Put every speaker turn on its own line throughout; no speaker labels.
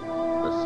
The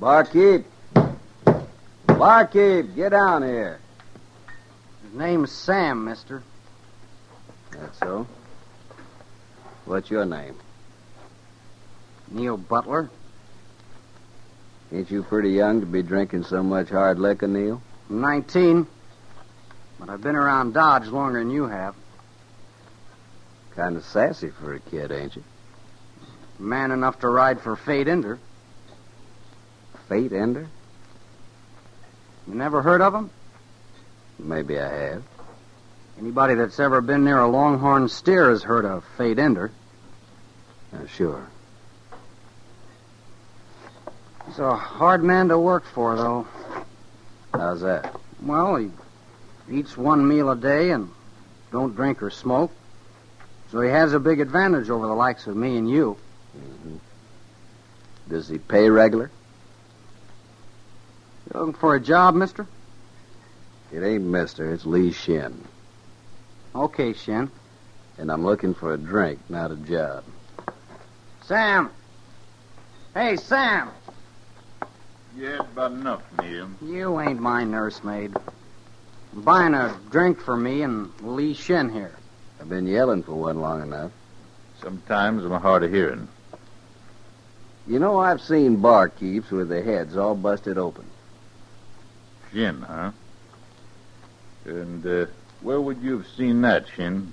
Barkeep. Barkeep, get down here.
His name's Sam, mister.
That's so. What's your name?
Neil Butler.
Ain't you pretty young to be drinking so much hard liquor, Neil?
I'm 19. But I've been around Dodge longer than you have.
Kind of sassy for a kid, ain't you?
Man enough to ride for Fate Ender.
Fate Ender?
You never heard of him?
Maybe I have.
Anybody that's ever been near a longhorn steer has heard of Fate Ender.
Uh, sure.
He's a hard man to work for, though.
How's that?
Well, he eats one meal a day and don't drink or smoke. So he has a big advantage over the likes of me and you.
Does he pay regular?
You looking for a job, mister?
It ain't Mister, it's Lee Shin.
Okay, Shin.
And I'm looking for a drink, not a job.
Sam! Hey, Sam!
Yeah, about enough, Neil.
You ain't my nursemaid. I'm buying a drink for me and Lee Shin here.
I've been yelling for one long enough.
Sometimes I'm hard of hearing.
You know, I've seen barkeeps with their heads all busted open.
Shin, huh? And uh, where would you have seen that, Shin?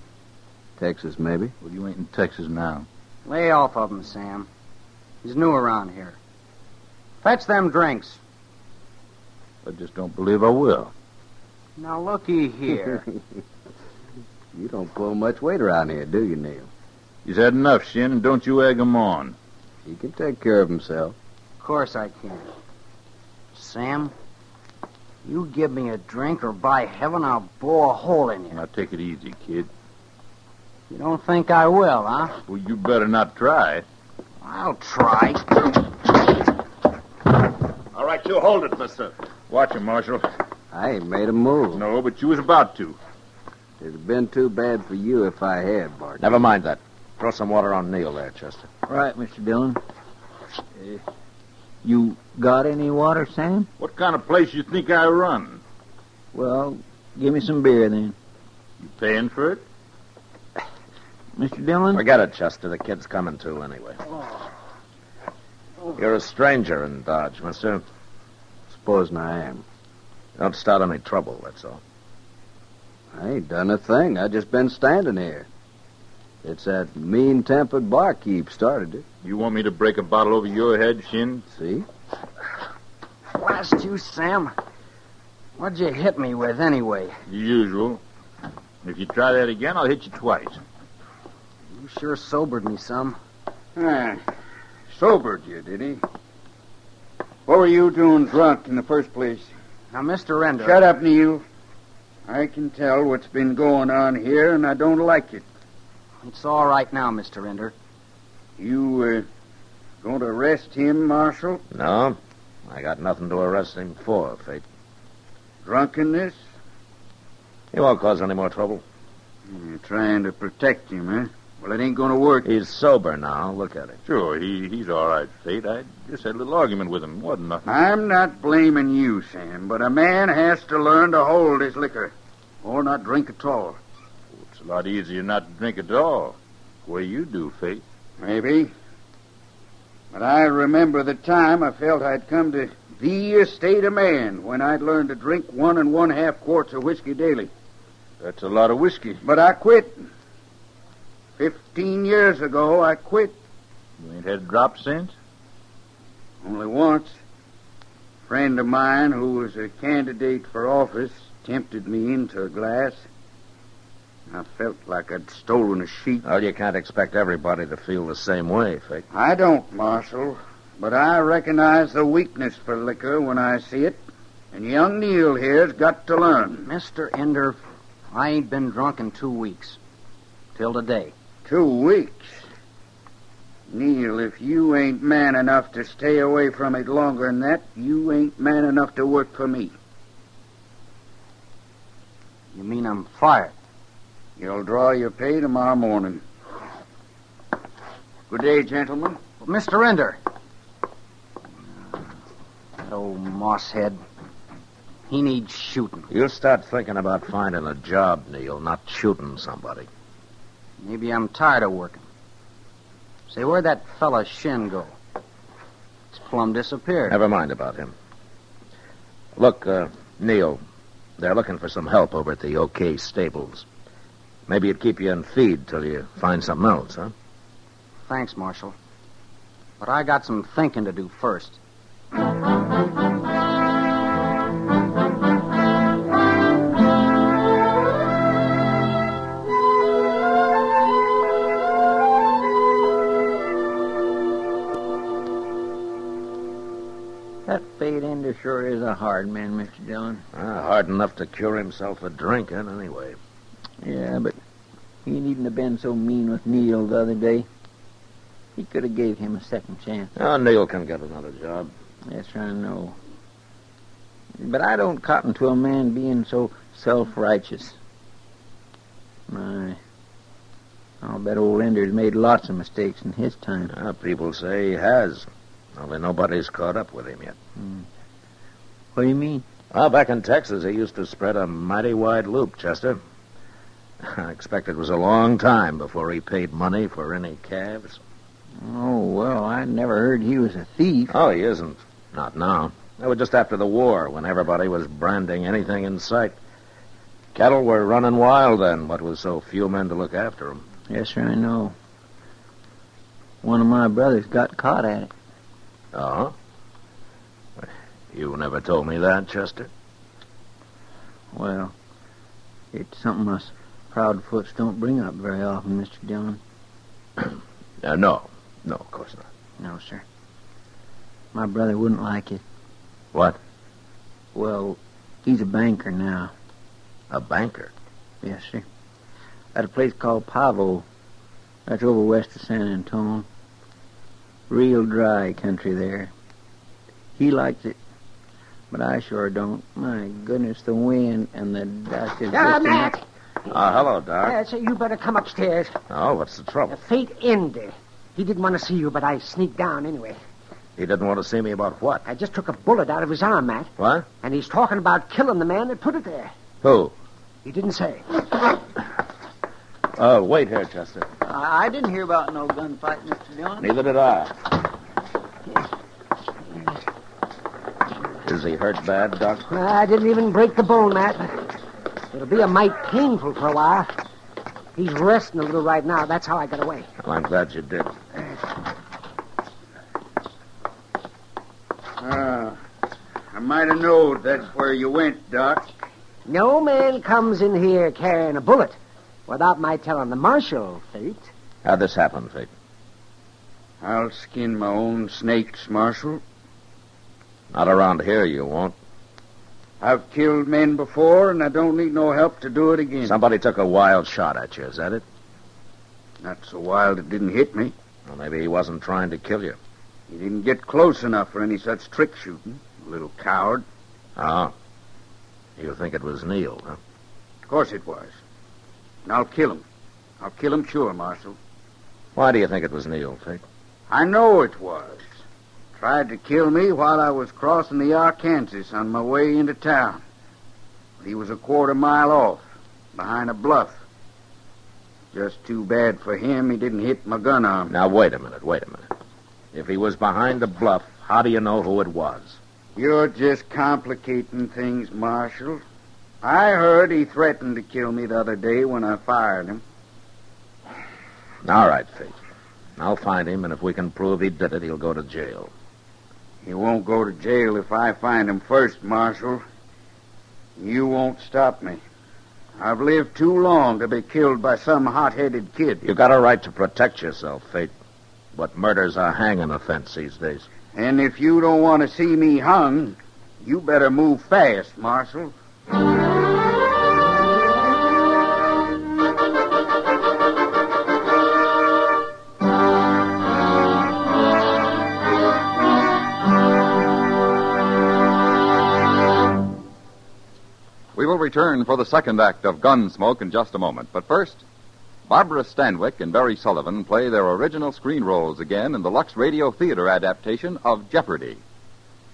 Texas, maybe.
Well, you ain't in Texas now.
Lay off of him, Sam. He's new around here. Fetch them drinks.
I just don't believe I will.
Now, looky here.
You don't pull much weight around here, do you, Neil?
He's had enough, Shin, and don't you egg him on.
He can take care of himself.
of course I can. Sam, you give me a drink or by heaven I'll bore a hole in you.
Now take it easy, kid.
You don't think I will, huh?
Well, you better not try.
I'll try.
All right, you hold it, mister. Watch him, Marshal.
I ain't made a move.
No, but you was about to.
It'd have been too bad for you if I had, Bart.
Never mind that. Throw some water on Neil there, Chester.
Right, Mr. Dillon. Uh, you got any water, Sam?
What kind of place you think I run?
Well, give me some beer then.
You paying for it?
Mr. Dillon?
Forget it, Chester. The kid's coming to anyway. You're a stranger in Dodge, mister.
Supposing I am.
Don't start any trouble, that's all.
I ain't done a thing. I just been standing here. It's that mean-tempered barkeep started it.
You want me to break a bottle over your head, Shin?
See?
Blast you, Sam. What'd you hit me with anyway?
The usual. If you try that again, I'll hit you twice.
You sure sobered me some.
Eh, Sobered you, did he? What were you doing drunk in the first place?
Now, Mr. Ender.
Shut up, Neil. I can tell what's been going on here, and I don't like it.
It's all right now, Mr. Ender.
You uh, going to arrest him, Marshal?
No? I got nothing to arrest him for, Fate.
Drunkenness?
He won't cause any more trouble.
You're Hmm, trying to protect him, huh? Well, it ain't going to work.
He's sober now. Look at him.
Sure, he, he's all right, Fate. I just had a little argument with him. Wasn't nothing.
I'm not blaming you, Sam, but a man has to learn to hold his liquor or not drink at all.
It's a lot easier not to drink at all. Way you do, Fate.
Maybe. But I remember the time I felt I'd come to the estate of man when I'd learned to drink one and one half quarts of whiskey daily.
That's a lot of whiskey.
But I quit. Fifteen years ago, I quit.
You ain't had a drop since?
Only once. A friend of mine who was a candidate for office tempted me into a glass. I felt like I'd stolen a sheep.
Well, you can't expect everybody to feel the same way, Fake.
I don't, Marshal, but I recognize the weakness for liquor when I see it. And young Neal here's got to learn.
Mr. Ender, I ain't been drunk in two weeks. Till today.
Two weeks. Neil, if you ain't man enough to stay away from it longer than that, you ain't man enough to work for me.
You mean I'm fired?
You'll draw your pay tomorrow morning. Good day, gentlemen.
Well, Mr. Ender. That old mosshead. He needs shooting.
You'll start thinking about finding a job, Neil, not shooting somebody.
Maybe I'm tired of working. Say, where'd that fella Shin go? It's plumb disappeared.
Never mind about him. Look, uh, Neil, they're looking for some help over at the OK Stables. Maybe it'd keep you on feed till you find something else, huh?
Thanks, Marshal. But I got some thinking to do first.
That Fate Ender sure is a hard man, Mr. Dillon.
Ah, hard enough to cure himself a drinking, anyway.
Yeah, but he needn't have been so mean with Neil the other day. He could have gave him a second chance.
Oh, Neil can get another job.
Yes, I know. But I don't cotton to a man being so self-righteous. My, I'll bet old Ender's made lots of mistakes in his time.
Ah, people say he has. Only nobody's caught up with him yet.
What do you mean?
Ah, back in Texas, he used to spread a mighty wide loop, Chester. I expect it was a long time before he paid money for any calves.
Oh, well, I never heard he was a thief.
Oh, he isn't. Not now. That was just after the war, when everybody was branding anything in sight. Cattle were running wild then, what with so few men to look after 'em.
Yes, sir, I know. One of my brothers got caught at it.
Oh? You never told me that, Chester.
Well, it's something us proudfoots don't bring up very often, Mr. Dillon.
Uh, no. No, of course not.
No, sir. My brother wouldn't like it.
What?
Well, he's a banker now.
A banker.
Yes, sir. At a place called Pavo. That's over west of San Antone. Real dry country there. He likes it. But I sure don't. My goodness, the wind and the dust is
Ah,
just enough-
Mac!
Ah, hello, Doc.
Uh, so you better come upstairs.
Oh, what's the
The
trouble?
fate ended. He didn't want to see you, but I sneaked down anyway.
He didn't want to see me about what?
I just took a bullet out of his arm, Matt,
What?
and he's talking about killing the man that put it there.
Who?
He didn't say.
Oh, wait here, Chester.
I I didn't hear about no gunfight, Mr. Dillon.
Neither did I. Is he hurt bad, Doc?
I didn't even break the bone, Matt. It'll be a mite painful for a while. He's resting a little right now. That's how I got away.
Well, I'm glad you did.
Ah, I might have known that's where you went, Doc.
No man comes in here carrying a bullet without my telling the marshal, Fate.
How'd this happen, Fate?
I'll skin my own snakes, Marshal.
Not around here, you won't.
I've killed men before, and I don't need no help to do it again.
Somebody took a wild shot at you, is that it?
Not so wild it didn't hit me.
Well, maybe he wasn't trying to kill you.
He didn't get close enough for any such trick shooting. Little coward.
Oh. You think it was Neil, huh?
Of course it was. And I'll kill him. I'll kill him sure, Marshal.
Why do you think it was Neil, Fate?
I know it was. Tried to kill me while I was crossing the Arkansas on my way into town. But he was a quarter mile off, behind a bluff. Just too bad for him he didn't hit my gun arm.
Now, wait a minute, wait a minute. If he was behind the bluff, how do you know who it was?
You're just complicating things, Marshal. I heard he threatened to kill me the other day when I fired him.
All right, Fate. I'll find him, and if we can prove he did it, he'll go to jail.
He won't go to jail if I find him first, Marshal. You won't stop me. I've lived too long to be killed by some hot-headed kid.
You got a right to protect yourself, Fate. But murder's a hanging offense these days.
And if you don't want to see me hung, you better move fast, Marshal.
We will return for the second act of Gunsmoke in just a moment, but first, Barbara Stanwyck and Barry Sullivan play their original screen roles again in the Lux Radio Theater adaptation of Jeopardy.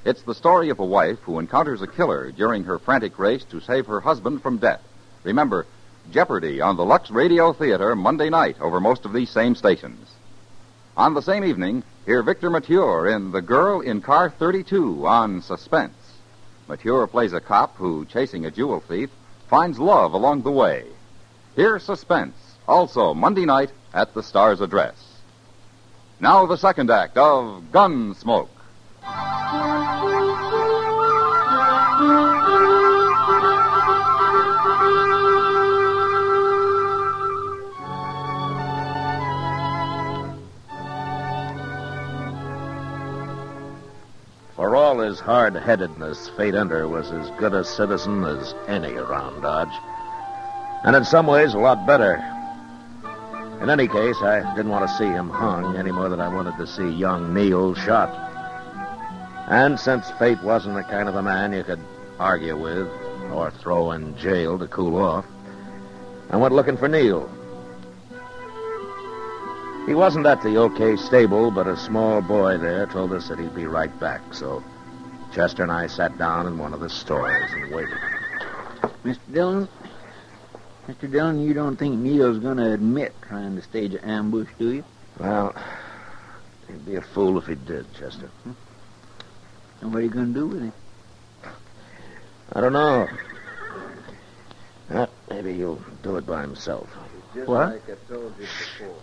It's the story of a wife who encounters a killer during her frantic race to save her husband from death. Remember, Jeopardy on the Lux Radio Theater Monday night over most of these same stations. On the same evening, hear Victor Mature in The Girl in Car 32 on Suspense. Mature plays a cop who, chasing a jewel thief, finds love along the way. Here's Suspense, also Monday night at the Star's Address. Now the second act of Gunsmoke.
For all his hard headedness, Fate Under was as good a citizen as any around Dodge. And in some ways, a lot better. In any case, I didn't want to see him hung any more than I wanted to see young Neil shot. And since Fate wasn't the kind of a man you could argue with or throw in jail to cool off, I went looking for Neil. He wasn't at the OK stable, but a small boy there told us that he'd be right back. So Chester and I sat down in one of the stores and waited.
Mr. Dillon? Mr. Dillon, you don't think Neil's going to admit trying to stage an ambush, do you?
Well, he'd be a fool if he did, Chester.
And what are you going to do with him?
I don't know. Uh, maybe he'll do it by himself.
Just
What?
like I told you before.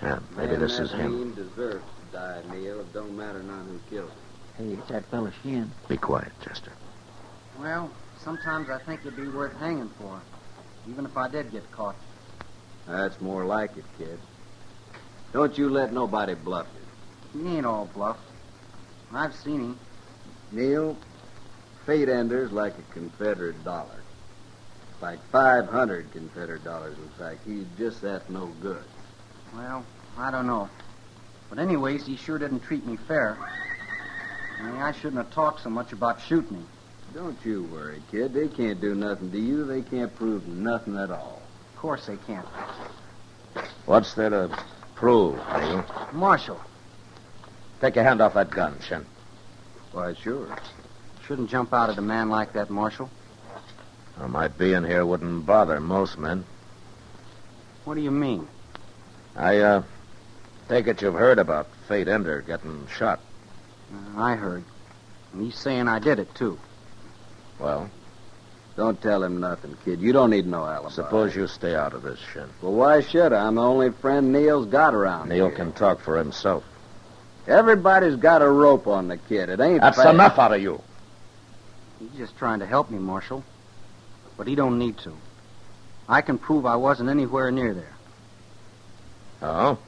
Yeah, maybe
Man
this
that
is him.
mean deserves to die, Neil. It don't matter none who kills him.
Hey, it's that fella Shin.
Be quiet, Chester.
Well, sometimes I think it'd be worth hanging for, him, even if I did get caught.
That's more like it, kid. Don't you let nobody bluff you.
He ain't all bluff. I've seen him.
Neil, fate enders like a Confederate dollar. Like 500 Confederate dollars, in fact. He's just that no good.
Well, I don't know. But anyways, he sure didn't treat me fair. I mean, I shouldn't have talked so much about shooting him.
Don't you worry, kid. They can't do nothing to you. They can't prove nothing at all.
Of course they can't.
What's there to prove, Neil?
Marshal,
Take your hand off that gun, Shin.
Why, sure.
shouldn't jump out at a man like that, Marshal.
Well, my being here wouldn't bother most men.
What do you mean?
I, uh, take it you've heard about Fate Ender getting shot.
Uh, I heard. And he's saying I did it, too.
Well,
Don't tell him nothing, kid. You don't need no alibi.
suppose you stay out of this, Shin.
Well, why should I? I'm the only friend Neil's got around
Neil
here.
can talk for himself.
Everybody's got a rope on the kid. It ain't
That's
fair.
enough out of you.
He's just trying to help me, Marshal. But he don't need to. I can prove I wasn't anywhere near there.
Oh?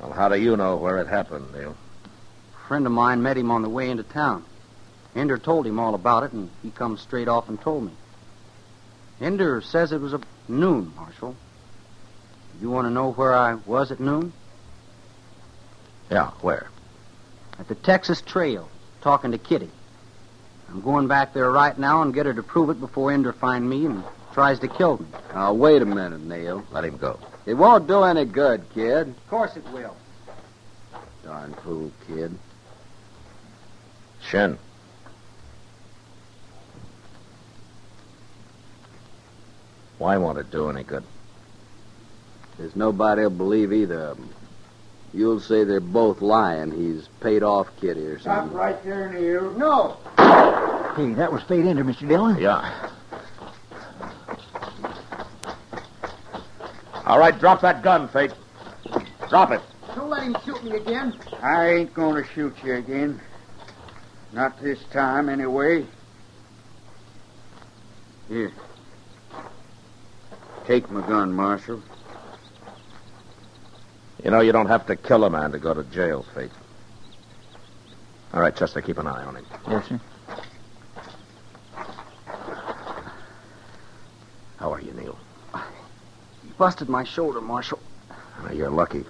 Well, how do you know where it happened, Neil?
A friend of mine met him on the way into town. Ender told him all about it, and he come straight off and told me. Ender says it was a noon, Marshal. You want to know where I was at noon?
Yeah, where?
At the Texas Trail, talking to Kitty. I'm going back there right now and get her to prove it before Ender find me and tries to kill me.
Now, wait a minute, Neil.
Let him go.
It won't do any good, kid.
Of course it will.
Darn fool, kid.
Shin. Why won't it do any good?
There's nobody'll believe either of 'em. You'll say they're both lying. He's paid off Kitty or something.
right there, Neil. No.
Hey, that was Fate Ender, Mr. Dillon.
Yeah. All right, drop that gun, Fate. Drop it.
Don't let him shoot me again.
I ain't going to shoot you again. Not this time, anyway. Here. Take my gun, Marshal.
You know, you don't have to kill a man to go to jail, Fate. All right, Chester, keep an eye on him.
Yes, sir.
How are you, Neil?
He busted my shoulder, Marshal.
Uh, You're lucky.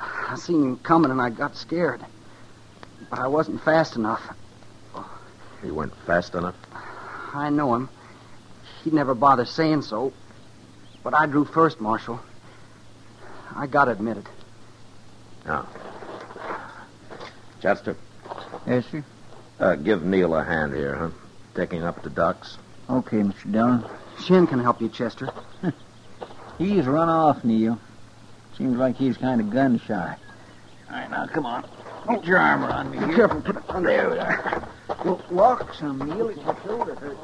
I seen him coming and I got scared. But I wasn't fast enough.
You went fast enough.
I know him. He'd never bother saying so. But I drew first, Marshal. I gotta admit it.
Chester,
Yes, sir.
uh, give Neil a hand here, huh? Taking up the docks.
Okay, Mr. Dillon.
Shin can help you, Chester.
He's run off, Neil. Seems like he's kind of gun shy. All right, now, come on. Hold your arm around me. Here. Careful, put it under. There we are. Well, walk some, Neil. It's your shoulder hurt.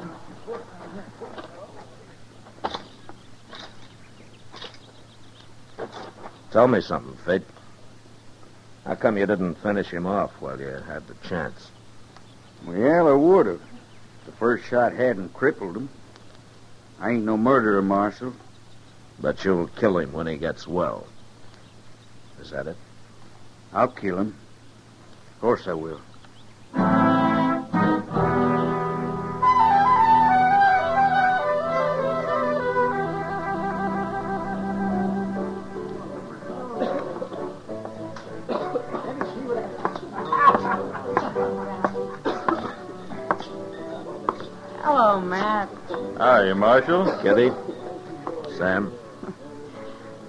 Tell me something, Fate. How come you didn't finish him off while you had the chance?
Well, I would have. The first shot hadn't crippled him. I ain't no murderer, Marshal.
But you'll kill him when he gets well. Is that it?
I'll kill him. Of course I will.
Hello, Oh, Matt.
Hiya, Marshal.
Kitty? Sam?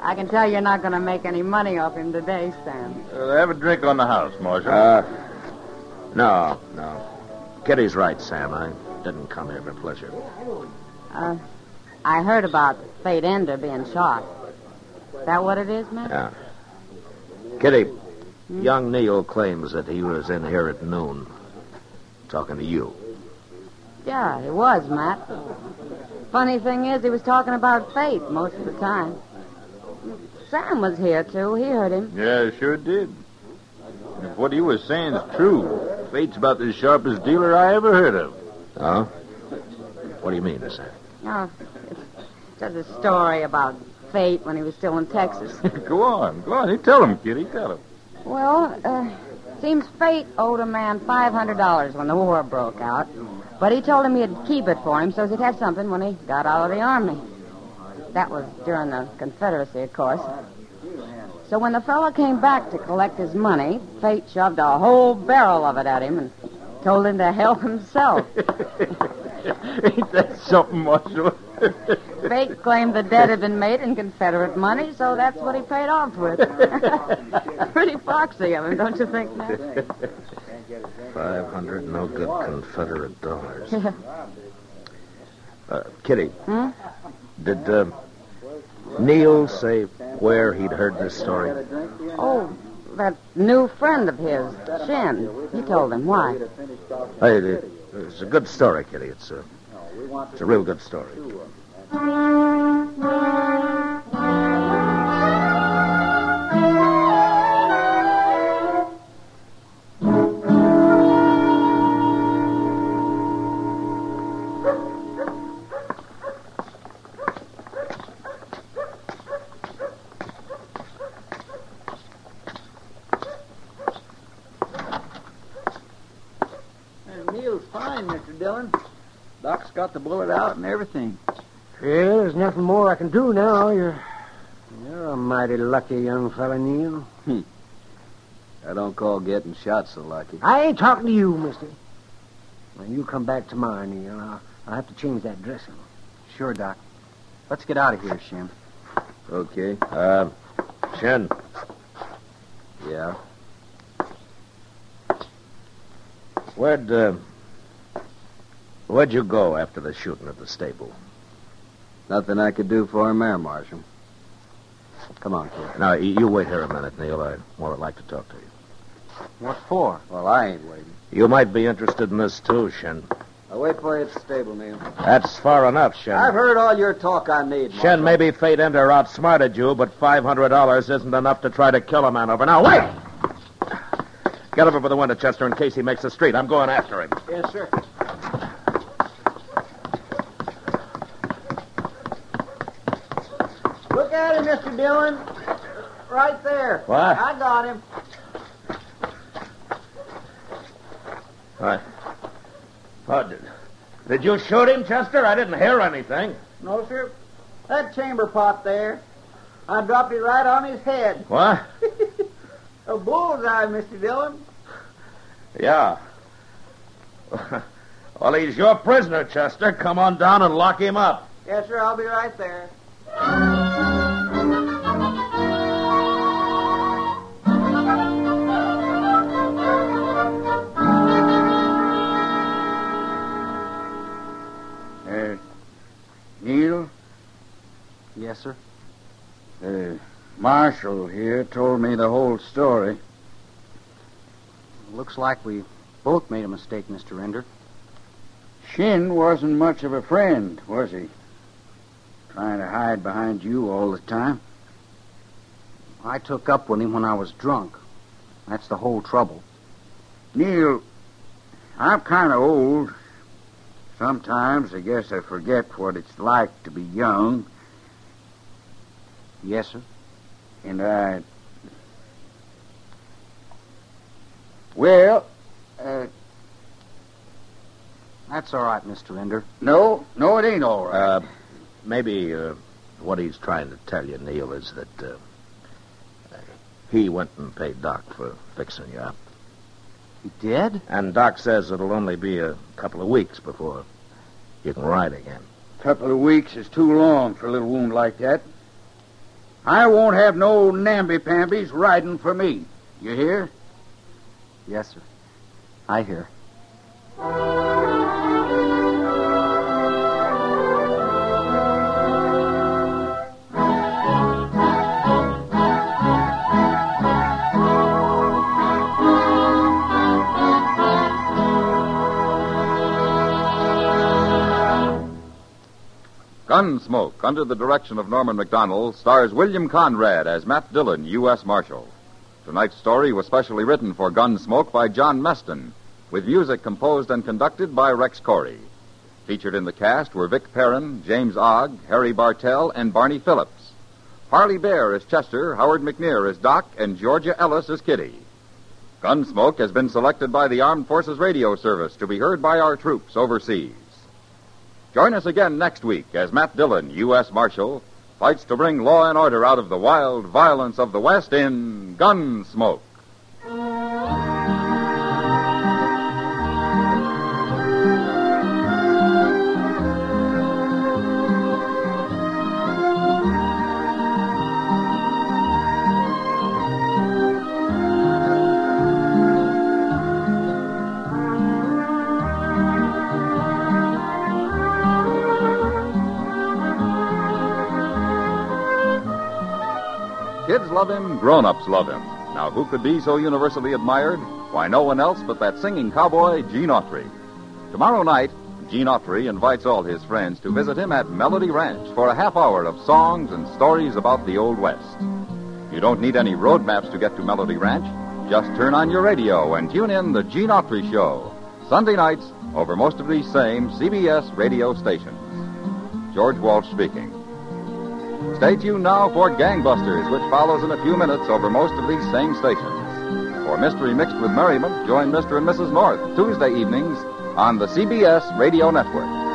I can tell you're not going to make any money off him today, Sam.
Uh, have a drink on the house, Marshal.
Uh, no, no. Kitty's right, Sam. I didn't come here for pleasure.
Uh, I heard about Fate Ender being shot. Is that what it is, Matt?
Yeah. Kitty, young Neil claims that he was in here at noon talking to you.
Yeah, he was, Matt. Funny thing is, he was talking about Fate most of the time. Sam was here, too. He heard him.
Yeah, sure did. If what he was saying is true, Fate's about the sharpest dealer I ever heard of.
Huh? What do you mean, Sam?
Oh, it's just a story about Fate when he was still in Texas.
go on, go on. You tell him, Kitty. Tell him.
Well, uh, seems fate owed a man $500 when the war broke out. But he told him he'd keep it for him so he'd have something when he got out of the army. That was during the Confederacy, of course. So when the fellow came back to collect his money, fate shoved a whole barrel of it at him and told him to help himself.
Ain't that something, Marshal?
Fate claimed the debt had been made in Confederate money, so that's what he paid off with. Pretty foxy of him, don't you think, Matt?
Five hundred no good Confederate dollars. uh, Kitty,
Hmm?
did uh, Neil say where he'd heard this story?
Oh, that new friend of his, Shin. He told him why.
Hey, it- it's a good story, Kitty. It's a, it's a real good story.
Neil's fine, Mr. Dillon. Doc's got the bullet out and everything.
Yeah, there's nothing more I can do now. You're, you're a mighty lucky young fella, Neil.
I don't call getting shot so lucky.
I ain't talking to you, mister. When you come back tomorrow, Neil, I'll, I'll have to change that dressing.
Sure, Doc. Let's get out of here, Shin.
Okay.
Uh, Shin,
Yeah.
where'd uh, where'd you go after the shooting at the stable?
Nothing I could do for him there, Marshal.
Come on, kid. Now, y- you wait here a minute, Neil. I would like to talk to you.
What for?
Well, I ain't waiting.
You might be interested in this, too, Shin.
I'll wait for you at the stable, Neil.
That's far enough, Shin.
I've heard all your talk I need, Marshal.
Shin, maybe Fate Ender outsmarted you, but $500 isn't enough to try to kill a man over. Now, wait! Get over by the window, Chester, in case he makes the street. I'm going after him.
Yes, sir. Look at him, Mr. Dillon. Right there.
What?
I got him.
I... Oh, did... did you shoot him, Chester? I didn't hear anything.
No, sir. That chamber pot there. I dropped it right on his head.
What?
A bullseye, Mr. Dillon.
Yeah. well, he's your prisoner, Chester. Come on down and lock him up.
Yes, sir. I'll be right there.
Uh, Neil,
Yes, sir.
the marshal uh, here told me the whole story.
Looks like we both made a mistake, Mr. Ender.
Shin wasn't much of a friend, was he? Trying to hide behind you all the time.
I took up with him when I was drunk. That's the whole trouble.
Neil, I'm kind of old. Sometimes I guess I forget what it's like to be young,
Yes, sir.
and I. Well, uh,
That's all right, Mr. Ender.
no, no, it ain't all right.
Uh, maybe uh, what he's trying to tell you, Neil, is that uh, he went and paid Doc for fixing you up.
He did?
And Doc says it'll only be a couple of weeks before you can ride again.
couple of weeks is too long for a little wound like that. I won't have no namby-pambies riding for me. You hear?
Yes, sir. I hear.
Gunsmoke, under the direction of Norman McDonald, stars William Conrad as Matt Dillon, U.S. Marshal. Tonight's story was specially written for Gunsmoke by John Meston, with music composed and conducted by Rex Corey. Featured in the cast were Vic Perrin, James Ogg, Harry Bartell, and Barney Phillips. Harley Bear is Chester, Howard McNear is Doc, and Georgia Ellis is Kitty. Gunsmoke has been selected by the Armed Forces Radio Service to be heard by our troops overseas. Join us again next week as Matt Dillon, U.S. Marshal, fights to bring law and order out of the wild violence of the West in Gunsmoke. Kids love him, grown ups love him. Now, who could be so universally admired? Why, no one else but that singing cowboy, Gene Autry. Tomorrow night, Gene Autry invites all his friends to visit him at Melody Ranch for a half hour of songs and stories about the Old West. You don't need any road maps to get to Melody Ranch. Just turn on your radio and tune in The Gene Autry Show, Sunday nights over most of these same CBS radio stations. George Walsh speaking. Stay tuned now for Gangbusters, which follows in a few minutes over most of these same stations. For Mystery Mixed with Merriment, join Mr. and Mrs. North Tuesday evenings on the CBS Radio Network.